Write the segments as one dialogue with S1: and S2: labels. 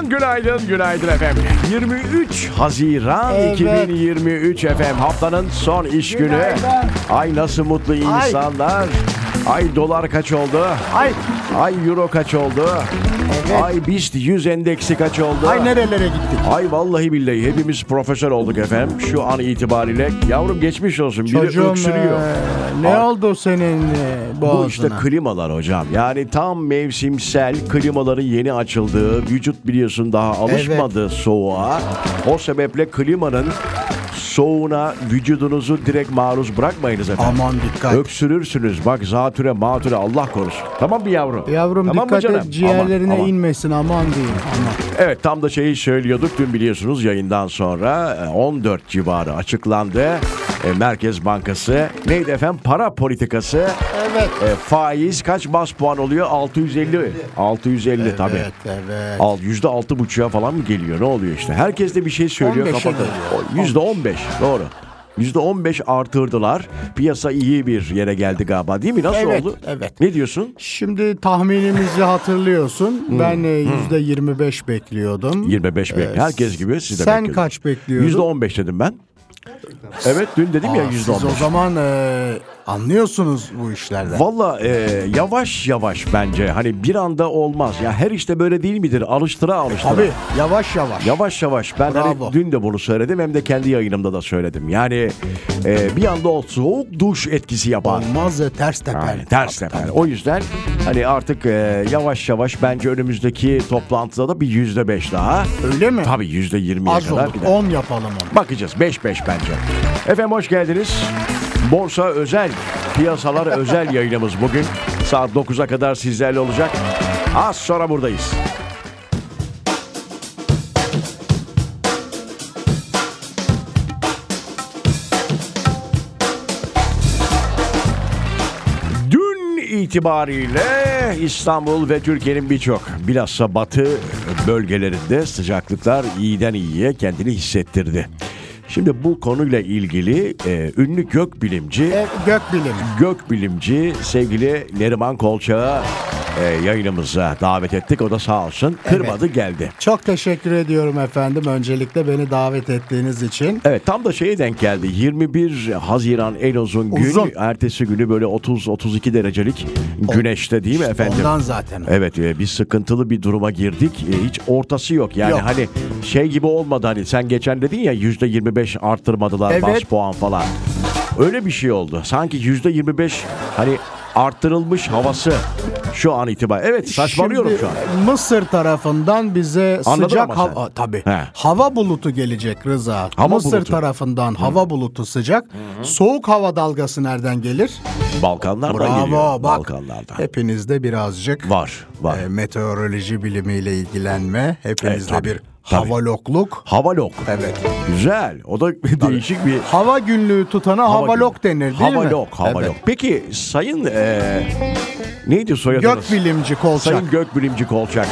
S1: Günaydın, günaydın efendim. 23 Haziran
S2: Evet.
S1: 2023 efendim. Haftanın son iş günü.
S2: Günaydın.
S1: Ay nasıl mutlu insanlar. Ay, dolar kaç oldu?
S2: Ay,
S1: Ay euro kaç oldu?
S2: Evet.
S1: Ay BIST 100 endeksi kaç oldu?
S2: ay nerelere gittik?
S1: Ay vallahi billahi hepimiz profesör olduk efendim şu an itibariyle. Yavrum geçmiş olsun biri öksürüyor.
S2: e, eee, ne
S1: Ay-
S2: oldu senin eee, boğazına?
S1: Bu işte klimalar hocam. Yani tam mevsimsel klimaların yeni açıldığı, vücut biliyorsun daha alışmadı soğuğa. O sebeple klimanın soğuğuna vücudunuzu direkt maruz bırakmayınız efendim.
S2: Aman dikkat.
S1: Öksürürsünüz. Bak zatüre matüre Allah korusun. Tamam mı yavrum?
S2: Yavrum
S1: tamam mı
S2: dikkat
S1: canım?
S2: et ciğerlerine
S1: Aman, aman.
S2: inmesin aman diyeyim. Aman.
S1: Evet tam da şeyi söylüyorduk dün biliyorsunuz yayından sonra e, 14 civarı açıklandı. E, Merkez Bankası neydi efendim para politikası
S2: Evet.
S1: e, faiz kaç bas puan oluyor 650 650 tabii.
S2: Evet evet.
S1: Al yüzde altı buçuğa falan mı geliyor? Ne oluyor işte? Herkes de bir şey söylüyor.
S2: 15'e
S1: kapatın.
S2: geliyor.
S1: O, Yüzde on beş. Doğru. Yüzde on beş artırdılar. Piyasa iyi bir yere geldi galiba değil mi? Nasıl
S2: Evet,
S1: oldu?
S2: evet.
S1: Ne diyorsun?
S2: Şimdi tahminimizi hatırlıyorsun.
S1: Hmm.
S2: Ben eee, yüzde 25 bekliyordum. E,
S1: 25 bek. Herkes gibi siz de
S2: Ee, sen
S1: bekliyordunuz.
S2: kaç bekliyordun?
S1: Yüzde on beş dedim ben. Evet dün dedim ya
S2: Aa,
S1: yüzde on
S2: Siz o
S1: beş.
S2: zaman eee, anlıyorsunuz bu işlerden.
S1: Valla e, yavaş yavaş bence hani bir anda olmaz. Ya her işte böyle değil midir? Alıştıra alıştıra.
S2: Abi yavaş yavaş.
S1: Yavaş yavaş ben hani
S2: Bravo.
S1: dün de bunu söyledim hem de kendi yayınımda da söyledim. Yani e, bir anda o soğuk duş etkisi yapar.
S2: Olmaz da ters teper.
S1: Yani ters teper. O yüzden hani artık e, yavaş yavaş bence önümüzdeki toplantıda da bir yüzde beş daha.
S2: Öyle mi?
S1: Tabii yüzde yirmiye
S2: Az
S1: kadar
S2: olur.
S1: gider.
S2: 10 yapalım onu.
S1: Bakacağız 5-5 bence. Efendim hoş geldiniz. Borsa özel, piyasalar özel yayınımız bugün. Saat 9'a kadar sizlerle olacak. Az sonra buradayız. Dün itibariyle İstanbul ve Türkiye'nin birçok bilhassa batı bölgelerinde sıcaklıklar iyiden iyiye kendini hissettirdi. Şimdi bu konuyla ilgili e, ünlü gökbilimci
S2: E, gök bilimi.
S1: gökbilimci sevgili Neriman Kolçak'ı e, yayınımıza davet ettik. O da sağ olsun kırmadı geldi.
S2: Çok teşekkür ediyorum efendim. Öncelikle beni davet ettiğiniz için.
S1: Evet tam da şeye denk geldi. 21 Haziran en uzun gün.
S2: Uzun.
S1: Ertesi günü böyle 30-32 derecelik güneşte değil mi efendim?
S2: Ondan zaten.
S1: Evet e, bir sıkıntılı bir duruma girdik. E, Hiç ortası yok. Yani
S2: Yok.
S1: hani şey gibi olmadı hani sen geçen dedin ya %25 arttırmadılar
S2: Evet.
S1: bas puan falan. Öyle bir şey oldu. Sanki %25 hani arttırılmış havası şu an itibariyle. Evet saçmalıyorum
S2: Şimdi,
S1: şu an.
S2: Mısır tarafından bize
S1: Anladın
S2: sıcak
S1: ama sen.
S2: hava tabii.
S1: He.
S2: Hava bulutu gelecek Rıza.
S1: Hava
S2: Mısır
S1: bulutu.
S2: tarafından hava bulutu sıcak. Soğuk hava dalgası nereden gelir?
S1: Balkanlardan
S2: Bravo
S1: geliyor.
S2: bak.
S1: Balkanlardan.
S2: Hepinizde birazcık
S1: Var var.
S2: e, meteoroloji bilimiyle ilgilenme. Hepinizde
S1: tabii,
S2: bir
S1: tabii.
S2: havalokluk.
S1: Havalok.
S2: Evet.
S1: Güzel. O da değişik bir
S2: Hava günlüğü tutana havalok denir değil mi?
S1: Havalok, havalok.
S2: Evet.
S1: Peki sayın e, neydi soyadınız?
S2: Gök bilimci kolçak.
S1: Sayın Gökbilimci Kolçak.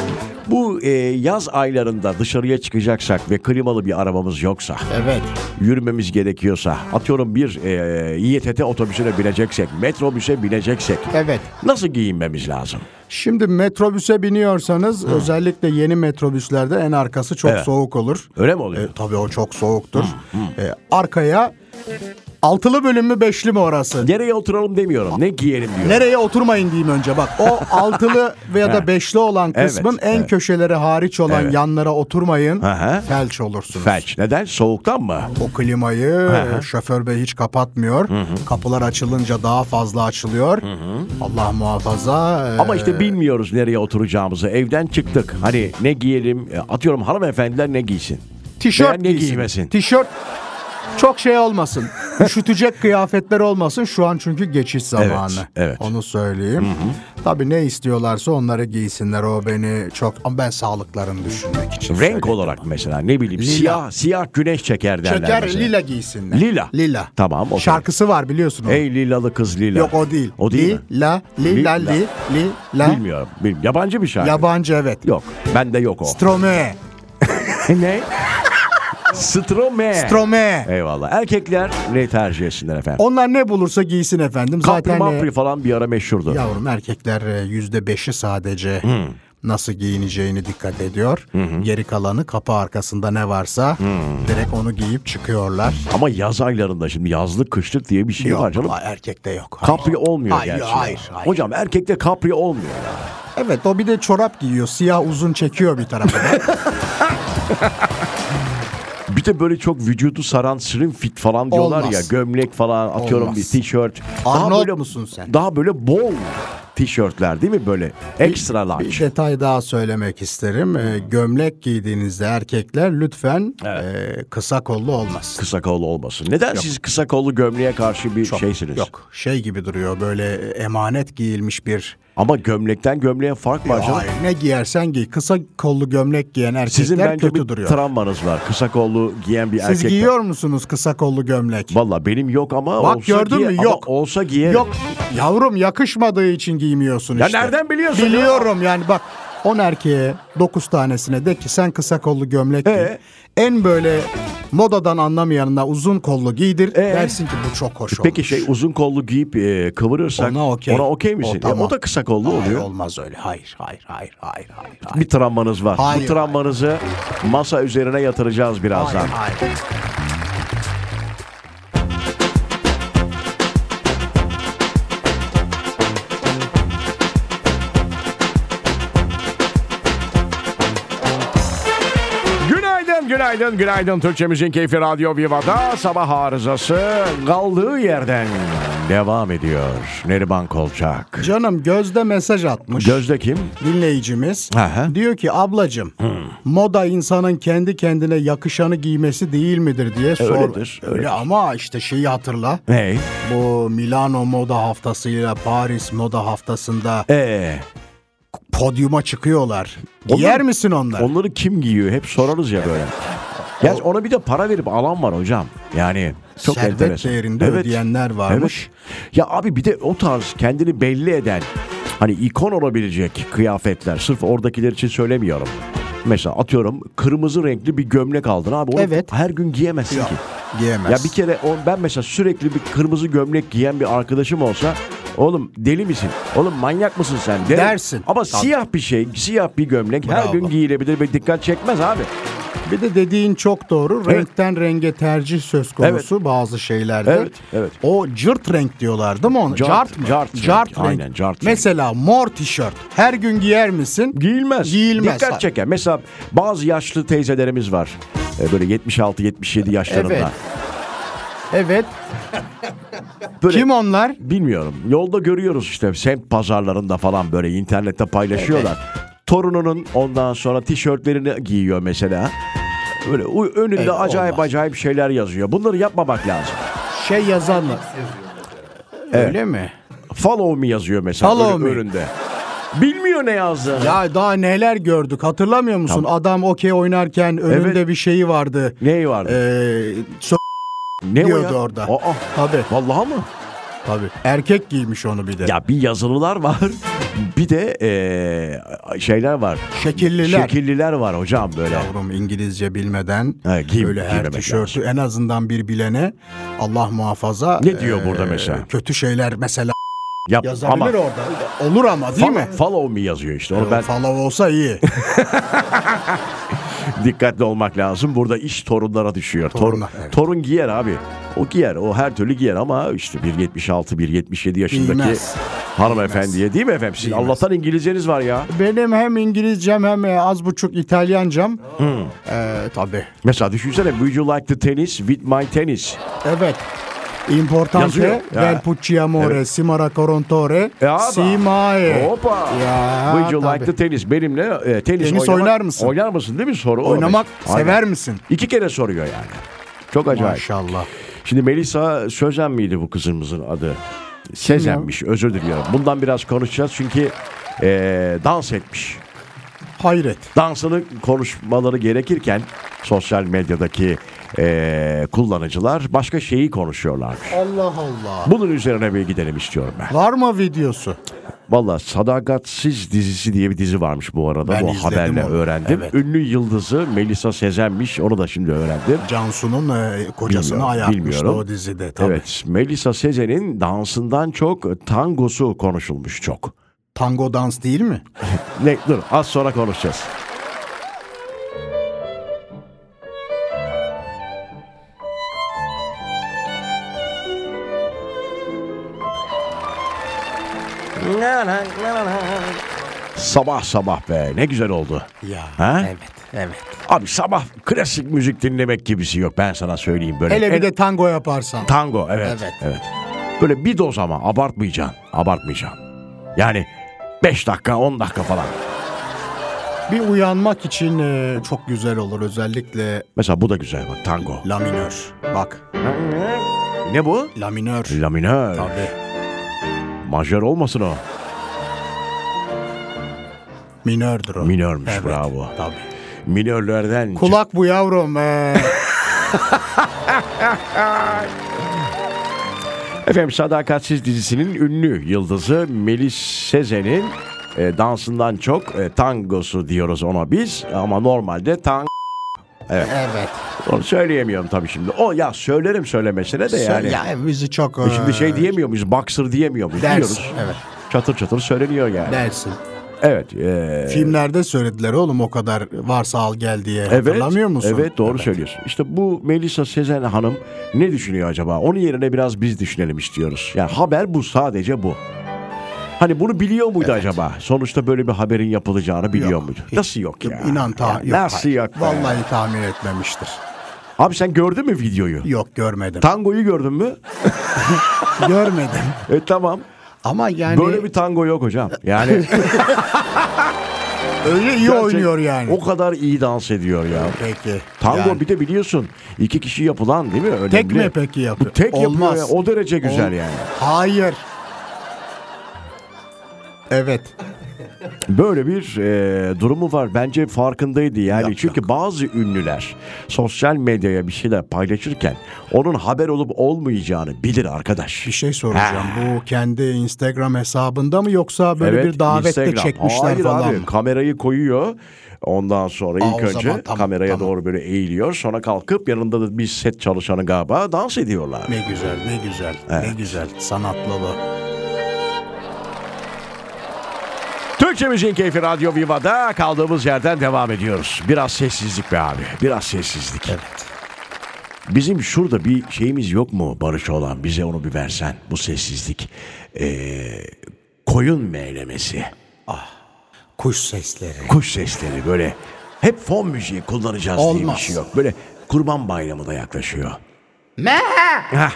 S1: Bu e, yaz aylarında dışarıya çıkacaksak ve klimalı bir arabamız yoksa,
S2: Evet.
S1: yürümemiz gerekiyorsa, atıyorum bir e, İETT otobüsüne bineceksek, metrobüse bineceksek
S2: Evet.
S1: nasıl giyinmemiz lazım?
S2: Şimdi metrobüse biniyorsanız özellikle yeni metrobüslerde en arkası çok
S1: Evet.
S2: soğuk olur.
S1: Öyle mi
S2: E,
S1: oluyor?
S2: tabii o çok soğuktur. E, arkaya altılı bölüm mü beşli mi orası?
S1: Nereye oturalım demiyorum. Ne giyelim diyorum.
S2: Nereye oturmayın diyeyim önce bak. O altılı veya da beşli olan
S1: Evet,
S2: kısmın en
S1: evet.
S2: köşeleri hariç olan
S1: Evet.
S2: yanlara oturmayın.
S1: Aha.
S2: Felç olursunuz.
S1: Felç. Neden? Soğuktan mı?
S2: O klimayı e, şoför bey hiç kapatmıyor. Kapılar açılınca daha fazla açılıyor. Allah muhafaza. e,
S1: Ama işte bilmiyoruz nereye oturacağımızı. Evden çıktık. Hani ne giyelim? E, Atıyorum hanımefendiler ne giysin?
S2: Tişört
S1: Veya ne
S2: giysin.
S1: giymesin?
S2: Tişört çok şey olmasın. Üşütecek kıyafetler olmasın. Şu an çünkü geçiş zamanı.
S1: Evet, evet.
S2: Onu söyleyeyim. Tabii ne istiyorlarsa onları giysinler. O beni çok ama ben sağlıklarını düşünmek için.
S1: Renk
S2: söyledim.
S1: olarak mesela ne bileyim siyah siyah güneş çeker derler
S2: Şeker
S1: mesela.
S2: lila giysinler.
S1: Lila.
S2: Lila.
S1: Tamam, okey.
S2: Şarkısı var biliyorsun onu.
S1: Ey lilalı kız lila.
S2: Yok o değil.
S1: O değil mi?
S2: Lila, lila,
S1: Lila.
S2: li, lila.
S1: Bilmiyorum. Bilmiyorum. Yabancı bir şarkı.
S2: Yabancı evet.
S1: Yok. Bende yok o.
S2: Stromae.
S1: ne? Strome.
S2: Stromae.
S1: Eyvallah. Erkekler ne tercih etsinler efendim?
S2: Onlar ne bulursa giysin efendim.
S1: Kapri
S2: Zaten e,
S1: mapri falan bir ara meşhurdu.
S2: Yavrum erkekler e, yüzde beşi sadece nasıl giyineceğini dikkat ediyor. Geri kalanı kapı arkasında ne varsa direkt onu giyip çıkıyorlar.
S1: Ama yaz aylarında şimdi yazlık kışlık diye bir şey var
S2: Yok,
S1: canım.
S2: valla erkekte yok.
S1: Kapri olmuyor
S2: Hayır,
S1: gerçi.
S2: hayır, hayır.
S1: Hocam erkekte kapri olmuyor.
S2: Evet o bir de çorap giyiyor. Siyah uzun çekiyor bir tarafa.
S1: Bir de böyle çok vücudu saran slim fit falan diyorlar
S2: Olmaz.
S1: ya. Gömlek falan atıyorum
S2: Olmaz.
S1: bir tişört.
S2: Arnold musun sen?
S1: Daha böyle bol tişörtler değil mi böyle? Ekstra large.
S2: bir detay daha söylemek isterim. Ee,
S1: Hmm.
S2: gömlek giydiğinizde erkekler lütfen e, kısa kollu olmasın.
S1: Kısa kollu olmasın. Neden siz kısa kollu gömleğe karşı bir şeysiniz?
S2: Yok şey gibi duruyor böyle emanet giyilmiş bir
S1: Ama gömlekten gömleğe fark var canım.
S2: Ay, ne giyersen giy. Kısa kollu gömlek giyen erkekler
S1: Sizin bence
S2: kötü
S1: bir
S2: duruyor.
S1: travmanız var. Kısa kollu giyen bir
S2: Siz
S1: erkek.
S2: giyiyor musunuz kısa kollu gömlek?
S1: Valla benim yok ama
S2: Bak
S1: olsa
S2: gördün
S1: giye-
S2: mü?
S1: ama
S2: Yok.
S1: olsa giyerim.
S2: Yok yavrum yakışmadığı için giymiyorsun
S1: Ya
S2: işte.
S1: nereden biliyorsun ya?
S2: Biliyorum yani bak 10 erkeğe 9 tanesine de ki sen kısa kollu gömlek giy.
S1: Ee?
S2: En böyle modadan anlamayanına uzun kollu giydir
S1: Ee?
S2: dersin ki bu çok hoş
S1: Peki
S2: olmuş.
S1: şey uzun kollu giyip e, kıvırırsak
S2: ona okey.
S1: misin? E, O,
S2: tamam.
S1: da kısa kollu
S2: Hayır,
S1: oluyor.
S2: olmaz öyle. Hayır hayır hayır hayır hayır.
S1: Bir travmanız var.
S2: Hayır,
S1: Bu travmanızı masa üzerine yatıracağız birazdan.
S2: Hayır hayır.
S1: Günaydın, günaydın, günaydın. Türkçemizin keyfi Radyo Viva'da sabah arızası kaldığı yerden devam ediyor. Neriman Kolçak.
S2: Canım Gözde mesaj atmış.
S1: Gözde kim?
S2: dinleyicimiz
S1: Aha.
S2: diyor ki ablacım moda insanın kendi kendine yakışanı giymesi değil midir diye sor.
S1: öyledir,
S2: Öyle
S1: öyledir.
S2: ama işte şeyi hatırla.
S1: Ney?
S2: Bu Milano moda haftasıyla Paris moda haftasında
S1: Ee,
S2: podyuma çıkıyorlar.
S1: Onlar-
S2: Giyer misin onları?
S1: onları kim giyiyor? Hep sorarız ya böyle. Gerçi ona bir de para verip alan var hocam. Yani çok
S2: Servet
S1: enteresan.
S2: değerinde ödeyenler varmış.
S1: Evet. Ya abi bir de o tarz kendini belli eden hani ikon olabilecek kıyafetler sırf oradakiler için söylemiyorum. Mesela atıyorum kırmızı renkli bir gömlek aldın abi onu
S2: Evet.
S1: her gün giyemezsin
S2: Yok,
S1: ki.
S2: Giyemez.
S1: Ya bir kere o, ben mesela sürekli bir kırmızı gömlek giyen bir arkadaşım olsa oğlum deli misin? Oğlum manyak mısın sen? derim.
S2: Dersin.
S1: Ama
S2: Tabii.
S1: siyah bir şey, siyah bir gömlek her
S2: Bravo.
S1: gün giyilebilir ve dikkat çekmez abi.
S2: Bir de dediğin çok doğru.
S1: Evet.
S2: Renkten renge tercih söz konusu bazı şeylerde.
S1: Evet, evet.
S2: O cırt renk diyorlar değil mi onu?
S1: Cart,
S2: Cart, mı?
S1: cart renk.
S2: renk.
S1: Aynen, cart renk.
S2: Mesela mor tişört. Her gün giyer misin?
S1: Giyilmez.
S2: Giyilmez.
S1: Dikkat çeker. Mesela bazı yaşlı teyzelerimiz var. Ee, Böyle 76-77 yaşlarında.
S2: Evet. Evet.
S1: Böyle
S2: Kim onlar?
S1: Bilmiyorum. Yolda görüyoruz işte semt pazarlarında falan böyle internette paylaşıyorlar. Torununun ondan sonra tişörtlerini giyiyor mesela. Böyle u- önünde
S2: Evet,
S1: acayip
S2: olmaz.
S1: acayip şeyler yazıyor. Bunları yapmamak lazım.
S2: Şey yazanlar. Öyle mi?
S1: Follow me yazıyor mesela
S2: Follow
S1: önü-
S2: me.
S1: önünde. Bilmiyor ne yazdığını.
S2: Ya daha neler gördük hatırlamıyor musun? Adam okey oynarken önünde bir şeyi vardı.
S1: Neyi vardı?
S2: Ee, so-
S1: ne
S2: diyordu orada.
S1: Aa,
S2: Tabii
S1: vallahi mı?
S2: tabii. Erkek giymiş onu bir de.
S1: Ya bir yazılılar var. Bir de eee, şeyler var.
S2: Şekilliler.
S1: Şekilliler var hocam böyle.
S2: Yavrum İngilizce bilmeden
S1: Ha, giyim-
S2: böyle her
S1: giymemek
S2: tişörtü en azından bir bilene Allah muhafaza.
S1: Ne diyor burada mesela?
S2: Kötü şeyler mesela
S1: Yap,
S2: yazabilir
S1: ama
S2: orada. Olur ama değil mi?
S1: Follow- Follow me yazıyor işte. Onu ben
S2: Ben... Falav olsa iyi.
S1: dikkatli olmak lazım. Burada iş torunlara düşüyor. Torun,
S2: Torunlar, evet.
S1: torun giyer abi. O giyer. O her türlü giyer ama işte 1.76 1.77 yaşındaki
S2: Giymez.
S1: hanımefendiye değil mi efendim? Sizin
S2: Giymez.
S1: Allah'tan İngilizceniz var ya.
S2: Benim hem İngilizcem hem e, az buçuk İtalyancam. Ee, tabii.
S1: Mesela düşünsene would you like the tennis with my tennis?
S2: Evet.
S1: Yazıyor.
S2: Importante
S1: Ya.
S2: del Pucciamore,
S1: Evet.
S2: Simara Corontore,
S1: E, ama.
S2: Simae.
S1: Hoppa.
S2: Eh. Ya,
S1: would you like
S2: tabii.
S1: the tennis? Benimle e, tenis, oynamak-
S2: Tenis oynar mısın?
S1: Oynar mısın değil mi soru? o
S2: Oynamak
S1: mesela.
S2: sever
S1: Aynen.
S2: misin?
S1: İki kere soruyor yani. Çok acayip.
S2: Maşallah.
S1: Şimdi Melisa Sözen miydi bu kızımızın adı? Sezenmiş özür diliyorum. Bundan biraz konuşacağız çünkü eee, dans etmiş.
S2: Hayret.
S1: Dansını konuşmaları gerekirken sosyal medyadaki eee, kullanıcılar başka şeyi konuşuyorlar.
S2: Allah Allah.
S1: Bunun üzerine bir gidelim istiyorum ben.
S2: Var mı videosu?
S1: Valla Sadakatsiz dizisi diye bir dizi varmış bu arada.
S2: Ben
S1: bu
S2: izledim
S1: haberle
S2: onu.
S1: öğrendim.
S2: Evet.
S1: Ünlü yıldızı Melisa Sezenmiş. Onu da şimdi öğrendim.
S2: Cansu'nun e, kocasını
S1: Bilmiyorum,
S2: ayartmıştı
S1: bilmiyorum.
S2: o dizide. Tabii.
S1: Evet, Melisa Sezen'in dansından çok tangosu konuşulmuş çok.
S2: tango dans değil mi?
S1: Ne, dur az sonra konuşacağız. Sabah sabah be ne güzel oldu.
S2: Ya.
S1: Ha?
S3: Evet, evet.
S1: Abi sabah klasik müzik dinlemek gibisi yok ben sana söyleyeyim böyle.
S2: Hele bir
S1: En-
S2: de tango yaparsan.
S1: Tango evet. Evet.
S3: Evet.
S1: Böyle bir doz ama abartmayacaksın. Abartmayacaksın. Yani 5 dakika 10 dakika falan.
S2: Bir uyanmak için e, çok güzel olur özellikle
S1: Mesela bu da güzel bak tango.
S2: la minör. Bak
S1: Ne bu?
S2: la minör.
S1: La minör.
S2: Tabii.
S1: Majör olmasın o.
S2: Minördür o.
S1: Minörmüş
S2: Evet,
S1: bravo.
S2: Tabii.
S1: Minörlerden
S2: Kulak bu yavrum. e.
S1: Efendim Sadakatsiz dizisinin ünlü yıldızı Melis Sezen'in e, dansından çok e, tangosu diyoruz ona biz ama normalde tango
S3: Evet.
S1: onu söyleyemiyorum tabii şimdi. O ya söylerim söylemesine de yani.
S2: ya bizi çok...
S1: E
S2: e,
S1: Şimdi şey diyemiyor muyuz? Boxer diyemiyor muyuz?
S2: Ders,
S1: Diyoruz.
S2: evet.
S1: Çatır çatır söyleniyor yani.
S2: Dersin.
S1: Evet. e,
S2: Filmlerde söylediler oğlum o kadar varsa al gel diye.
S1: evet.
S2: Hatırlamıyor musun?
S1: Evet doğru söylüyorsun. İşte bu Melisa Sezen Hanım ne düşünüyor acaba? Onun yerine biraz biz düşünelim istiyoruz. Yani haber bu sadece bu. Hani bunu biliyor muydu acaba? Sonuçta böyle bir haberin yapılacağını biliyor
S2: Yok,
S1: muydu?
S2: hiç.
S1: Nasıl yok ya?
S2: İnan ta
S1: Ya
S2: yok.
S1: Nasıl
S2: hayır.
S1: yok? be?
S2: Vallahi tahmin etmemiştir.
S1: Abi sen gördün mü videoyu?
S2: Yok görmedim.
S1: Tangoyu gördün mü?
S2: görmedim.
S1: E tamam.
S2: Ama yani
S1: Böyle bir tango yok hocam. Yani
S2: öyle iyi
S1: Gerçek-
S2: oynuyor yani.
S1: O kadar iyi dans ediyor ya.
S2: Peki.
S1: Tango
S2: Yani
S1: bir de biliyorsun iki kişi yapılan değil mi? Önemli.
S2: tek mi peki yapıyor?
S1: Tek
S2: Olmaz.
S1: Olmaz. yapıyor. ya, O derece güzel
S2: Ol-
S1: yani.
S2: Hayır. Evet.
S1: Böyle bir e, durumu var. Bence farkındaydı yani.
S2: Yok,
S1: Çünkü bazı ünlüler sosyal medyaya bir şeyler paylaşırken onun haber olup olmayacağını bilir arkadaş.
S2: Bir şey soracağım. Bu kendi Instagram hesabında mı yoksa böyle bir davette
S1: Instagram.
S2: çekmişler
S1: Hayır
S2: falan
S1: abi,
S2: mı?
S1: Kamerayı koyuyor. Ondan sonra
S2: Aa,
S1: ilk
S2: o
S1: önce
S2: zaman tamam,
S1: kameraya
S2: tamam.
S1: doğru böyle eğiliyor. Sonra kalkıp yanında da bir set çalışanı galiba dans ediyorlar.
S2: Ne güzel, ne güzel, ne güzel. Sanatlalı.
S1: Türkçe Müziğin Keyfi Radyo Viva'da kaldığımız yerden devam ediyoruz. Biraz sessizlik be abi. Biraz sessizlik. Bizim şurada bir şeyimiz yok mu Barış olan? Bize onu bir versen. Bu sessizlik. Ee, koyun meylemesi.
S2: Kuş sesleri.
S1: Kuş sesleri böyle. Hep fon müziği kullanacağız diye bir
S2: Olmaz.
S1: şey yok. Böyle kurban bayramı da yaklaşıyor. Hah.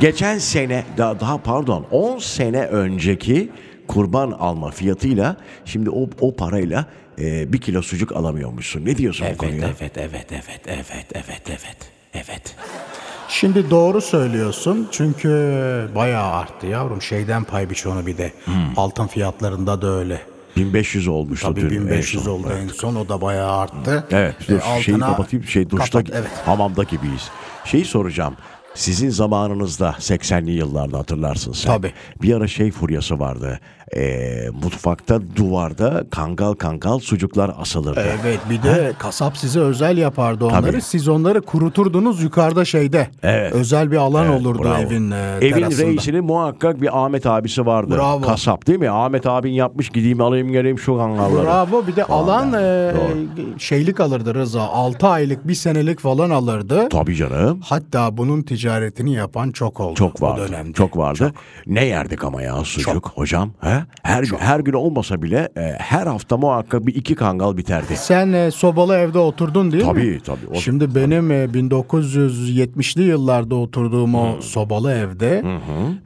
S1: Geçen sene daha, daha pardon 10 sene önceki kurban alma fiyatıyla şimdi o, o parayla e, bir kilo sucuk alamıyormuşsun. Ne diyorsun bu konuya?
S3: Evet, evet, evet, evet, evet, evet, evet.
S2: Şimdi doğru söylüyorsun çünkü bayağı arttı yavrum. Şeyden pay biçonu bir de.
S1: Hmm.
S2: Altın fiyatlarında da öyle.
S1: 1500 olmuştu
S2: Tabii
S1: dün en
S2: 1500
S1: son. Hmm.
S2: oldu en son o da bayağı arttı.
S1: Evet
S2: E,
S1: dur şeyi
S2: altına-
S1: kapatayım şey duşta
S2: Kapat, evet.
S1: hamamda gibiyiz. Şeyi soracağım. Sizin zamanınızda 80'li yıllarda hatırlarsın sen.
S2: Tabii.
S1: Bir ara şey furyası vardı. Ee, mutfakta duvarda kangal kangal sucuklar asılırdı.
S2: Evet bir de kasap size özel yapardı onları.
S1: Tabii.
S2: Siz onları kuruturdunuz yukarıda şeyde.
S1: Evet.
S2: Özel bir alan
S1: Evet,
S2: olurdu
S1: bravo.
S2: evin e,
S1: Evin
S2: terasında.
S1: reisinin muhakkak bir Ahmet abisi vardı.
S2: Bravo.
S1: Kasap değil mi? Ahmet abin yapmış gideyim alayım geleyim şu kangalları.
S2: Bravo bir de alan e,
S1: Doğru.
S2: şeylik alırdı Rıza. 6 aylık bir senelik falan alırdı.
S1: Tabii canım.
S2: Hatta bunun ticaretini yapan çok oldu.
S1: Çok
S2: O
S1: vardı.
S2: dönemde.
S1: Çok vardı. Ne yerdik ama ya sucuk hocam. He? Her gün her gün olmasa bile e, her hafta muhakkak bir iki kangal biterdi.
S2: Sen e, sobalı evde oturdun değil mi?
S1: Tabii, tabii. O-
S2: Şimdi benim e, 1970'li yıllarda oturduğum o sobalı evde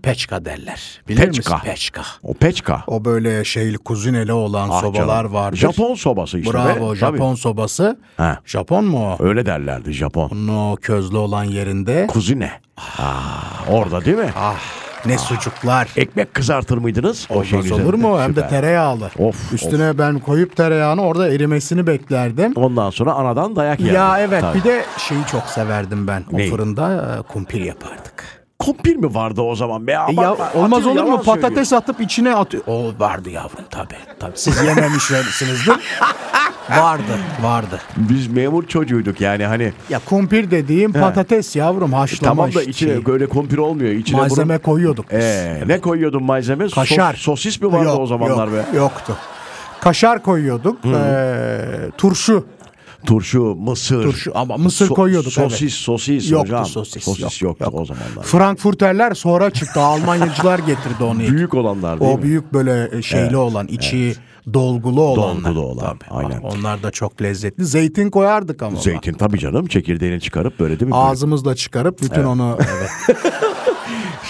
S2: peçka derler. Bilir
S1: Peçka.
S2: misin? Peçka.
S1: O peçka.
S2: O böyle şey kuzineli olan
S1: Ah
S2: sobalar
S1: canım.
S2: vardır.
S1: Japon sobası işte.
S2: Bravo
S1: be. Tabii.
S2: Japon sobası.
S1: Ha.
S2: Japon mu o?
S1: Öyle derlerdi Japon.
S2: Onun o közlü olan yerinde.
S1: Kuzine. Aa, orada değil mi?
S2: Ah ne sucuklar.
S1: Ekmek kızartır mıydınız? O şeyin
S2: Olmaz olur
S1: üzerinde.
S2: mu? Hem de
S1: Süper.
S2: tereyağlı.
S1: Of,
S2: Üstüne ben koyup tereyağını orada erimesini beklerdim.
S1: Ondan sonra anadan dayak yerdim.
S2: Ya evet
S1: Tabii.
S2: bir de şeyi çok severdim ben.
S1: Neyi?
S2: O fırında e, kumpir yapardık.
S1: kumpir mi vardı o zaman? Be,
S2: E
S1: aman,
S2: ya,
S1: Atilla
S2: olmaz olur
S1: yalan
S2: mu?
S1: söylüyor.
S2: Patates atıp içine atıyor. O vardı yavrum tabii. tabii. Siz yememişsinizdir. vardı, vardı.
S1: Biz memur çocuğuyduk yani hani.
S2: Ya kumpir dediğim patates yavrum haşlama
S1: E, Tamam da
S2: işte. şey-
S1: içine böyle kumpir olmuyor. İçine
S2: malzeme
S1: bunun-
S2: koyuyorduk biz.
S1: Ee, Ne koyuyordun malzeme? Sos-
S2: Kaşar.
S1: sosis mi vardı
S2: Yok,
S1: o zamanlar
S2: yok,
S1: be?
S2: Yoktu. Kaşar koyuyorduk. Ee, turşu.
S1: Turşu, mısır.
S2: Turşu ama mısır
S1: So-
S2: koyuyorduk, evet.
S1: Sosis, sosis
S2: Yoktu
S1: hocam.
S2: sosis, yok,
S1: yoktu
S2: yok.
S1: o zamanlar.
S2: Frankfurterler sonra çıktı. Almanyacılar getirdi onu. ilk.
S1: Büyük olanlar değil
S2: O
S1: mi?
S2: büyük böyle e, şeyli olan, içi dolgulu olanlar.
S1: Dolgulu olan,
S2: Tabii.
S1: aynen.
S2: Onlar da çok lezzetli. Zeytin koyardık ama. bak.
S1: Zeytin tabii canım çekirdeğini çıkarıp böyle değil mi?
S2: Ağzımızla çıkarıp bütün onu evet.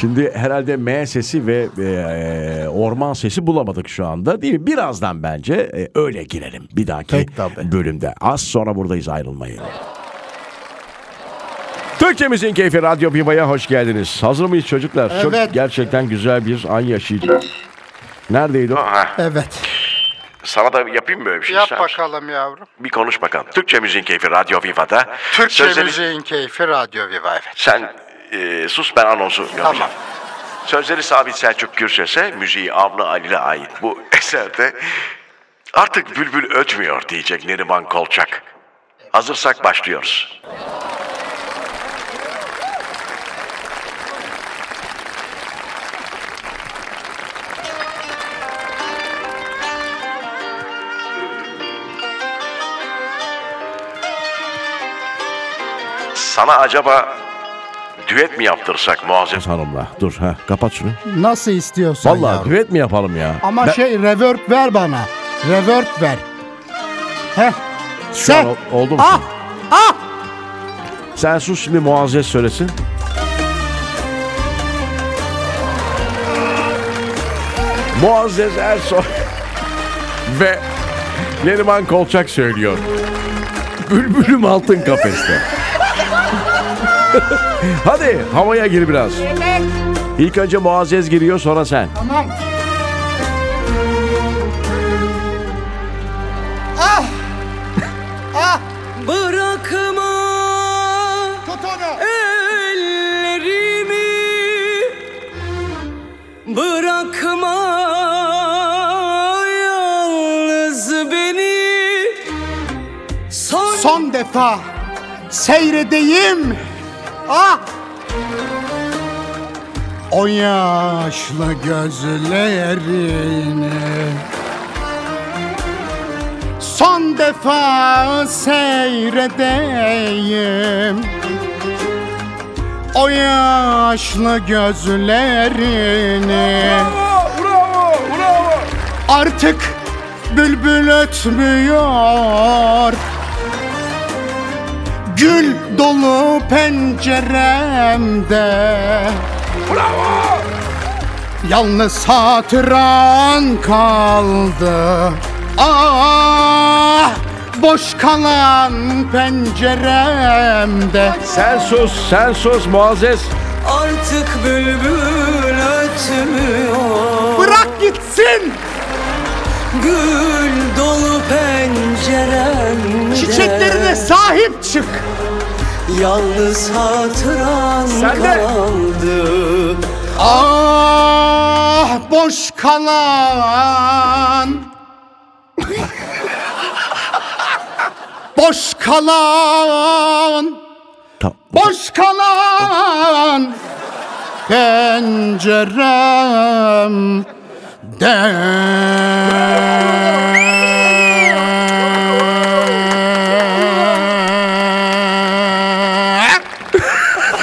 S1: Şimdi herhalde M sesi ve e, orman sesi bulamadık şu anda değil mi? Birazdan bence e, öyle girelim bir dahaki
S2: Peki, tabii.
S1: bölümde. Az sonra buradayız ayrılmayın. Türkçemizin keyfi Radyo Viva'ya hoş geldiniz. Hazır mıyız çocuklar? Çok gerçekten güzel bir an yaşayacağız. Neredeydi o?
S2: evet.
S1: Sana da yapayım mı böyle bir şey?
S4: Yap bakalım yavrum.
S1: Bir konuş bakalım. Türkçemizin keyfi Radyo Viva'da.
S4: Türkçe müziğin keyfi Radyo Viva evet.
S1: Sen e, sus ben anonsu yapacağım.
S4: Tamam.
S1: Sözleri Sabit Selçuk Gürses'e, müziği Avni Ali'le ait bu eserde artık bülbül ötmüyor diyecek Neriman Kolçak. Hazırsak başlıyoruz. Sana acaba düet mi yaptırsak Muazzez Hanım'la? Dur ha kapat şunu.
S2: Nasıl istiyorsan
S1: Vallahi
S2: yavrum.
S1: düet mi yapalım ya?
S2: Ama
S1: Ben-
S2: şey reverb ver bana. Reverb ver. Heh. Sen.
S1: an ol- oldu mu
S2: Ah. Ah.
S1: Sen sus şimdi Muazzez söylesin. Muazzez Ersoy ve Neriman Kolçak söylüyor. Bülbülüm altın kafeste. Hadi havaya gir biraz. İlk önce Muazzez giriyor sonra sen.
S2: Tamam.
S5: Bırakma ellerimi Bırakma yalnız beni Son,
S2: Son defa seyredeyim. Ah. O yaşlı gözlerini Son defa seyredeyim O yaşlı gözlerini Artık bülbül ötmüyor Gül dolu penceremde Yalnız hatıran kaldı Ah boş kalan penceremde
S1: Sen sus, sen sus Muazzez.
S5: artık bülbül ötmüyor
S2: Bırak gitsin
S5: Gül dolu penceremde
S2: çiçeklerine sahip çık
S5: Yalnız hatıran kaldı
S2: Ah boş kalan Boş kalan
S1: Tamam.
S2: Boş kalan pencerem de.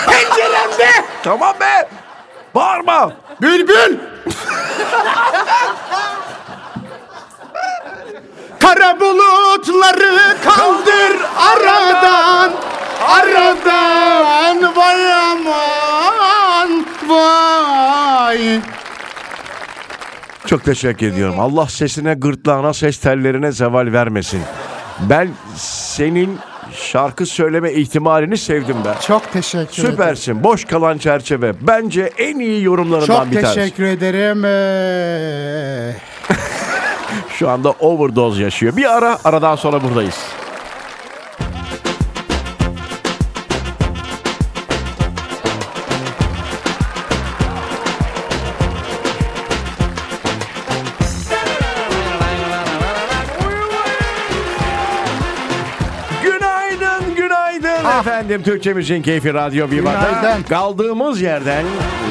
S2: Penceremde
S1: Tamam be. Bağırma.
S2: bülbül. Kara bulutları kaldır aradan Aradan vay aman vay
S1: Çok teşekkür ediyorum. Allah sesine, gırtlağına, ses tellerine zeval vermesin. Ben senin şarkı söyleme ihtimalini sevdim ben.
S2: Çok teşekkür
S1: Süpersin. Boş kalan çerçeve. Bence en iyi yorumlarından
S2: Çok
S1: bir tanesi.
S2: teşekkür ederim. Ee,
S1: Şu anda overdose yaşıyor. Bir ara, aradan sonra buradayız. Efendim Türkçe Müziğin Keyfi Radyo Viva'da
S2: Günaydın.
S1: kaldığımız yerden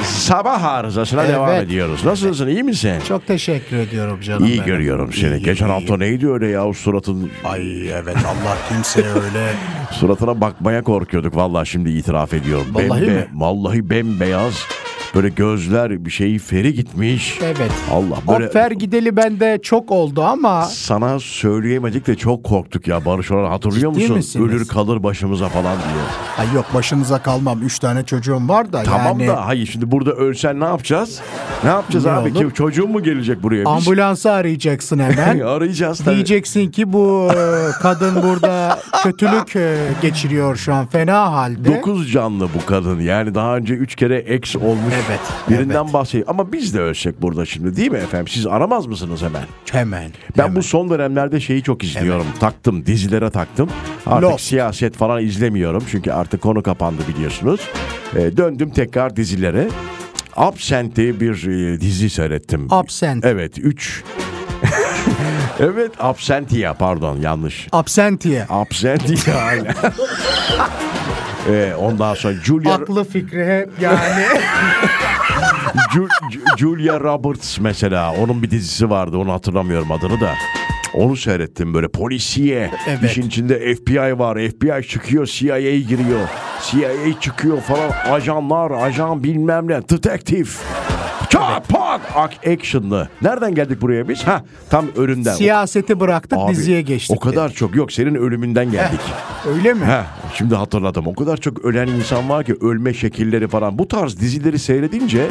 S1: sabah arızasına
S2: Evet.
S1: devam ediyoruz. Nasılsın iyi misin?
S2: Çok teşekkür ediyorum canım.
S1: İyi
S2: benim.
S1: görüyorum seni.
S2: İyi,
S1: Geçen
S2: iyi.
S1: hafta neydi öyle ya suratın
S2: Ay evet Allah kimseye öyle.
S1: suratına bakmaya korkuyorduk vallahi şimdi itiraf ediyorum.
S2: Vallahi mi?
S1: Vallahi bembeyaz. Böyle gözler bir şeyi feri gitmiş.
S2: Evet.
S1: Allah böyle
S2: Afer gideli bende çok oldu ama
S1: sana söyleyemedik de çok korktuk ya Barış Orhan hatırlıyor
S2: Ciddi
S1: musun?
S2: misiniz?
S1: Ölür kalır başımıza falan diyor.
S2: Ay yok başınıza kalmam. Üç tane çocuğum var da
S1: Tamam
S2: yani
S1: da hayır şimdi burada ölsen ne yapacağız? Ne yapacağız
S2: Ne
S1: abi?
S2: olur?
S1: Kim, çocuğun mu gelecek buraya? Biz-
S2: ambulansı arayacaksın hemen.
S1: Arayacağız tabii.
S2: Diyeceksin ki bu e, kadın burada kötülük e, geçiriyor şu an fena halde.
S1: 9 canlı bu kadın. Yani daha önce 3 kere ex olmuş.
S2: Evet,
S1: Birinden bahsediyor. Ama biz de ölsek burada şimdi değil mi efendim? Siz aramaz mısınız hemen?
S2: Hemen.
S1: Ben bu son dönemlerde şeyi çok izliyorum. Taktım, dizilere taktım. Artık
S2: Lost.
S1: siyaset falan izlemiyorum. Çünkü artık konu kapandı biliyorsunuz. Ee, döndüm tekrar dizilere. Absent diye bir e, dizi seyrettim.
S2: Absent.
S1: Evet, 3. evet, Absentia pardon yanlış.
S2: Absentiye.
S1: Absentia aynen. Ee, ondan sonra Julia,
S2: Aklı fikri hep yani.
S1: Ju- Ju- Julia Roberts mesela onun bir dizisi vardı onu hatırlamıyorum adını da. Onu seyrettim böyle polisiye.
S2: Evet.
S1: İşin içinde FBI var. FBI çıkıyor CIA giriyor. CIA çıkıyor falan. Ajanlar, ajan bilmem ne. Detektif. Çat pat. Ak- Action'lı. Nereden geldik buraya biz? Ha tam ölümden.
S2: Siyaseti bıraktık
S1: Abi,
S2: diziye geçtik.
S1: O kadar çok yok senin ölümünden geldik.
S2: Öyle mi?
S1: Heh, şimdi hatırladım. O kadar çok ölen insan var ki ölme şekilleri falan. Bu tarz dizileri seyredince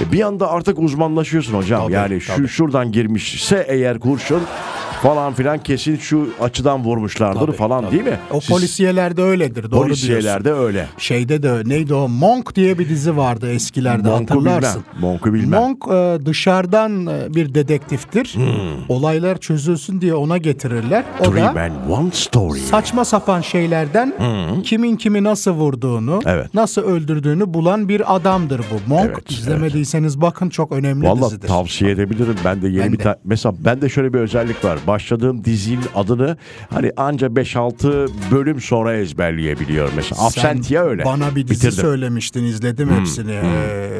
S1: e, bir anda artık uzmanlaşıyorsun hocam.
S2: Tabii,
S1: yani şu
S2: tabii.
S1: şuradan girmişse eğer kurşun falan filan kesin şu açıdan vurmuşlardır falan değil mi?
S2: O
S1: Siz
S2: polisiyelerde öyledir. Doğru diyorsun.
S1: polisiyelerde öyle.
S2: Şeyde de neydi o Monk diye bir dizi vardı eskilerde
S1: Monk'u
S2: hatırlarsın.
S1: bilmem, Monk'u bilmem.
S2: Monk e, dışarıdan e, bir dedektiftir.
S1: Hmm.
S2: Olaylar çözülsün diye ona getirirler. O
S1: Three
S2: da
S1: Man One Story.
S2: saçma sapan şeylerden kimin kimi nasıl vurduğunu,
S1: Hmm. Evet.
S2: nasıl öldürdüğünü bulan bir adamdır bu. Monk
S1: Evet,
S2: izlemediyseniz bakın çok önemli
S1: Valla
S2: dizidir.
S1: tavsiye edebilirim. Ben de yeni
S2: Ben
S1: bir
S2: de.
S1: ta- mesela ben de şöyle bir özellik var. Başladığım dizinin adını hani anca 5-6 bölüm sonra ezberleyebiliyorum mesela.
S2: Sen
S1: Absentia öyle.
S2: Bana bir dizi
S1: Bitirdim. Hmm.
S2: söylemiştin izledim hepsini. Ee,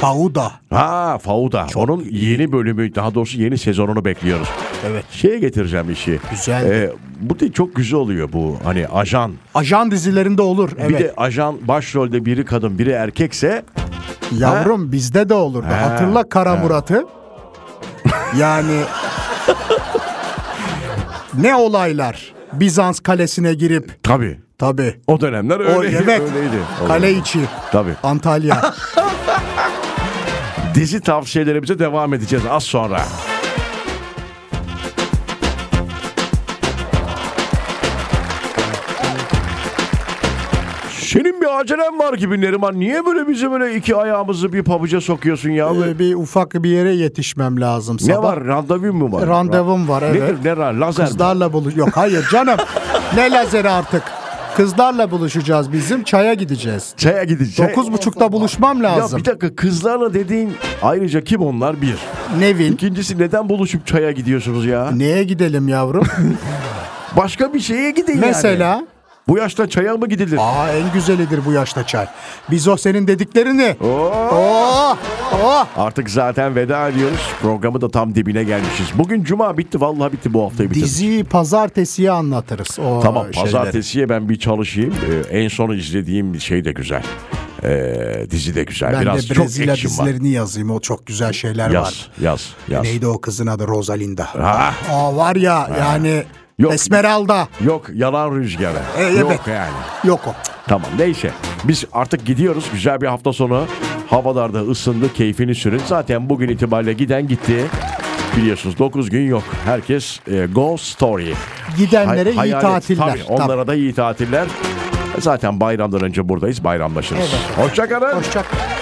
S2: Fauda.
S1: Ha Fauda. Onun yeni bölümü daha doğrusu yeni sezonunu bekliyoruz.
S2: Evet.
S1: Şeye getireceğim işi. Ee,
S2: Güzel.
S1: bu da çok güzel oluyor bu hani ajan.
S2: Ajan dizilerinde olur. Evet.
S1: Bir de ajan başrolde biri kadın biri erkekse
S2: Yavrum bizde de olurdu.
S1: Ha,
S2: Hatırla Kara Murat'ı. Yani ne olaylar. Bizans kalesine girip
S1: tabii.
S2: tabi
S1: O dönemler öyle,
S2: o evet
S1: öyleydi.
S2: kale
S1: Öyleydi.
S2: içi
S1: Tabii.
S2: Antalya.
S1: Dizi tavsiyelerimize devam edeceğiz az sonra. Senin bir acelen var gibi Neriman. Niye böyle bizi böyle iki ayağımızı bir pabuca sokuyorsun ya?
S2: Ee, bir ufak bir yere yetişmem lazım
S1: ne
S2: sabah.
S1: var? Randevu mu var?
S2: Randevum var, evet.
S1: Nedir? Ne ra- Lazer mi?
S2: Kızlarla buluş. Yok hayır canım. ne lazeri artık. Kızlarla buluşacağız bizim. Çaya gideceğiz.
S1: Şeye gideceğiz.
S2: Dokuz buçukta buluşmam
S1: Ya
S2: lazım.
S1: bir dakika kızlarla dediğin ayrıca kim onlar? Bir.
S2: Nevin.
S1: İkincisi neden buluşup çaya gidiyorsunuz ya?
S2: Neye gidelim yavrum?
S1: Başka bir şeye gidin yani.
S2: Mesela
S1: Bu yaşta çaya mı gidilir?
S2: Aa en güzelidir bu yaşta çay. Biz o senin dediklerini.
S1: Oo.
S2: Oh, oh.
S1: Artık zaten veda ediyoruz. Programı da tam dibine gelmişiz. Bugün cuma bitti. Vallahi bitti bu haftayı bitirdik.
S2: Diziyi pazartesiye anlatırız. O
S1: Tamam
S2: şeyleri.
S1: pazartesiye ben bir çalışayım. Ee, en son izlediğim şey de güzel. Ee, dizi de güzel.
S2: Ben
S1: Biraz
S2: de
S1: çok
S2: Brezilya
S1: action var.
S2: dizilerini yazayım. O çok güzel şeyler
S1: Yaz,
S2: var.
S1: yaz, yaz.
S2: Neydi o kızın adı? Rosalinda.
S1: Ha.
S2: Aa var ya yani
S1: Yok.
S2: Esmeralda.
S1: Yok yalan rüzgarı.
S2: E,
S1: Yok
S2: evet.
S1: yani.
S2: Yok o.
S1: Tamam neyse. Biz artık gidiyoruz. Güzel bir hafta sonu. Havalarda ısındı. Keyfini sürün. Zaten bugün itibariyle giden gitti. Biliyorsunuz 9 gün yok. Herkes e, Go Story.
S2: Gidenlere iyi
S1: Hayal et.
S2: tatiller.
S1: Tabii, onlara da iyi tatiller. Zaten bayramdan önce buradayız. Bayramlaşırız. Hoşça kalın.
S2: Hoşçakalın.